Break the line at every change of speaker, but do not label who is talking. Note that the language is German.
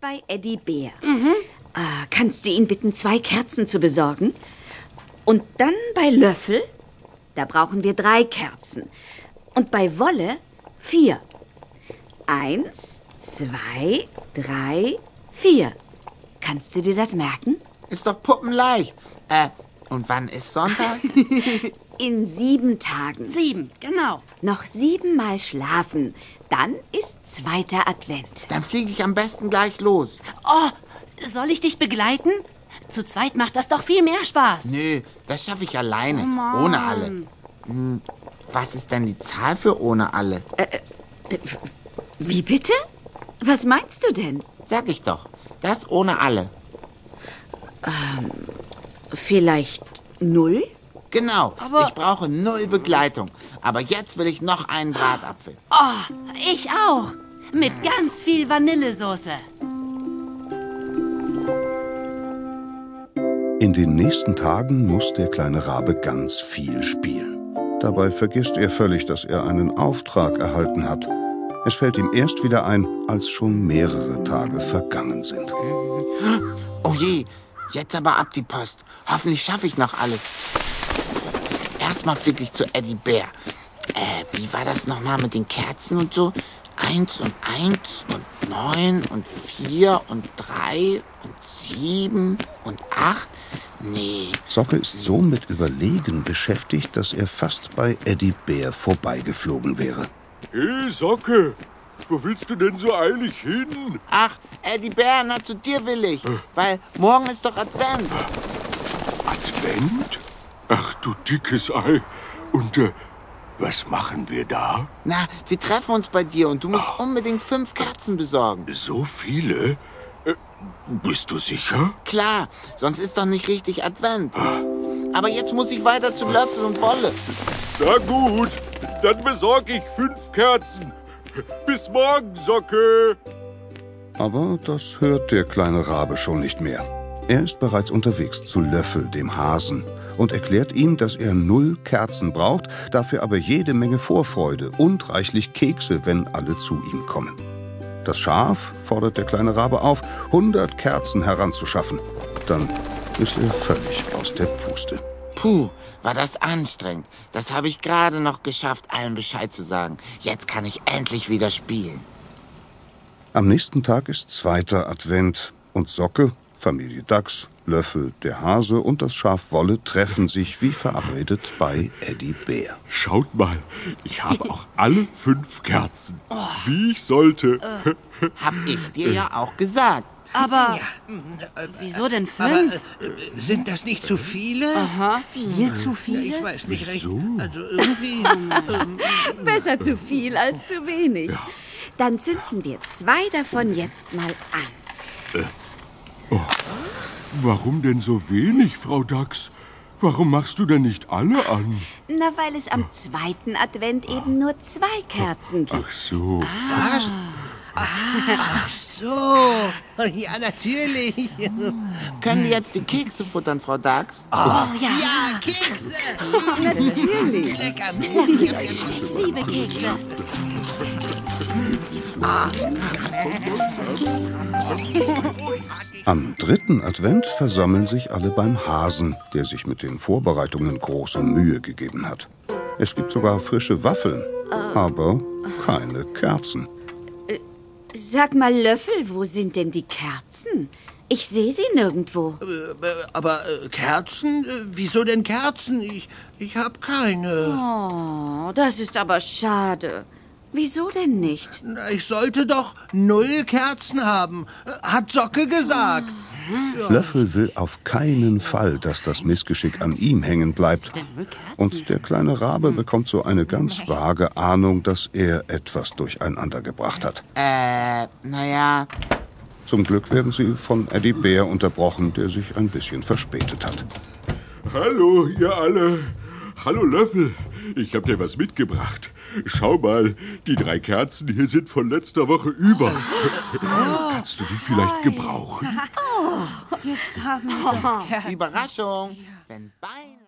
bei Eddie Bär. Ah, kannst du ihn bitten, zwei Kerzen zu besorgen? Und dann bei Löffel, da brauchen wir drei Kerzen. Und bei Wolle vier. Eins, zwei, drei, vier. Kannst du dir das merken?
Ist doch puppenleicht. Äh, und wann ist Sonntag?
In sieben Tagen.
Sieben, genau.
Noch siebenmal schlafen. Dann ist zweiter Advent.
Dann fliege ich am besten gleich los.
Oh, soll ich dich begleiten? Zu zweit macht das doch viel mehr Spaß.
Nö, das schaffe ich alleine. ohne alle. Hm, was ist denn die Zahl für ohne alle?
Wie bitte? Was meinst du denn?
Sag ich doch. Das ohne alle.
Vielleicht null?
Genau. ich brauche null Begleitung. Aber jetzt will ich noch einen Bratapfel.
Oh, ich auch. Mit ganz viel Vanillesoße.
In den nächsten Tagen muss der kleine Rabe ganz viel spielen. Dabei vergisst er völlig, dass er einen Auftrag erhalten hat. Es fällt ihm erst wieder ein, als schon mehrere Tage vergangen sind.
Oh je, jetzt aber ab die Post. Hoffentlich schaffe ich noch alles. Erstmal fliege ich zu Eddie Bär. Äh, wie war das nochmal mit den Kerzen und so? Eins und eins und neun und vier und drei und sieben und acht? Nee,
Socke ist so mit Überlegen beschäftigt, dass er fast bei Eddie Bär vorbeigeflogen wäre.
Hey, Socke, wo willst du denn so eilig hin?
Ach, Eddie Bär, na zu dir will ich, weil morgen ist doch Advent.
Advent? Ach du dickes Ei. Und äh, was machen wir da?
Na, wir treffen uns bei dir und du musst unbedingt fünf Kerzen besorgen.
So viele? Äh, bist du sicher?
Klar, sonst ist doch nicht richtig Advent. Aber jetzt muss ich weiter zu Löffel und Wolle.
Na gut, dann besorge ich fünf Kerzen. Bis morgen, Socke.
Aber das hört der kleine Rabe schon nicht mehr. Er ist bereits unterwegs zu Löffel, dem Hasen, und erklärt ihm, dass er null Kerzen braucht, dafür aber jede Menge Vorfreude und reichlich Kekse, wenn alle zu ihm kommen. Das Schaf fordert der kleine Rabe auf, 100 Kerzen heranzuschaffen. Dann ist er völlig aus der Puste.
Puh, war das anstrengend. Das habe ich gerade noch geschafft, allen Bescheid zu sagen. Jetzt kann ich endlich wieder spielen.
Am nächsten Tag ist zweiter Advent und Socke, Familie Dachs, Löffel, der Hase und das Schaf Wolle treffen sich wie verabredet bei Eddie Bär.
Schaut mal, ich habe auch alle fünf Kerzen. Wie ich sollte.
Hab ich dir ja auch gesagt.
Aber wieso denn
Aber
fünf?
äh, sind das nicht zu viele?
Viel zu
Ich
viele?
weiß nicht recht. Also irgendwie. ähm,
Besser zu viel als zu wenig. Dann zünden wir zwei davon jetzt mal an.
Warum denn so wenig, Frau Dachs? Warum machst du denn nicht alle an?
Na, weil es am zweiten Advent eben nur zwei Kerzen gibt.
Ach so.
so. Ja, natürlich.
Können wir jetzt die Kekse futtern, Frau Dachs?
Oh ja,
Ja, Kekse.
Natürlich.
Lecker.
liebe Kekse.
Am dritten Advent versammeln sich alle beim Hasen, der sich mit den Vorbereitungen große Mühe gegeben hat. Es gibt sogar frische Waffeln, aber keine Kerzen.
Sag mal, Löffel, wo sind denn die Kerzen? Ich sehe sie nirgendwo.
Äh, Aber äh, Kerzen? Äh, Wieso denn Kerzen? Ich, ich habe keine.
Oh, das ist aber schade. Wieso denn nicht?
Na, Ich sollte doch null Kerzen haben, äh, hat Socke gesagt.
Löffel will auf keinen Fall, dass das Missgeschick an ihm hängen bleibt. Und der kleine Rabe bekommt so eine ganz vage Ahnung, dass er etwas durcheinander gebracht hat.
Äh, naja,
Zum Glück werden sie von Eddie Bär unterbrochen, der sich ein bisschen verspätet hat.
Hallo, ihr alle. Hallo, Löffel. Ich hab dir was mitgebracht. Schau mal, die drei Kerzen hier sind von letzter Woche über. Kannst du die vielleicht gebrauchen?
Überraschung. Wenn beinahe...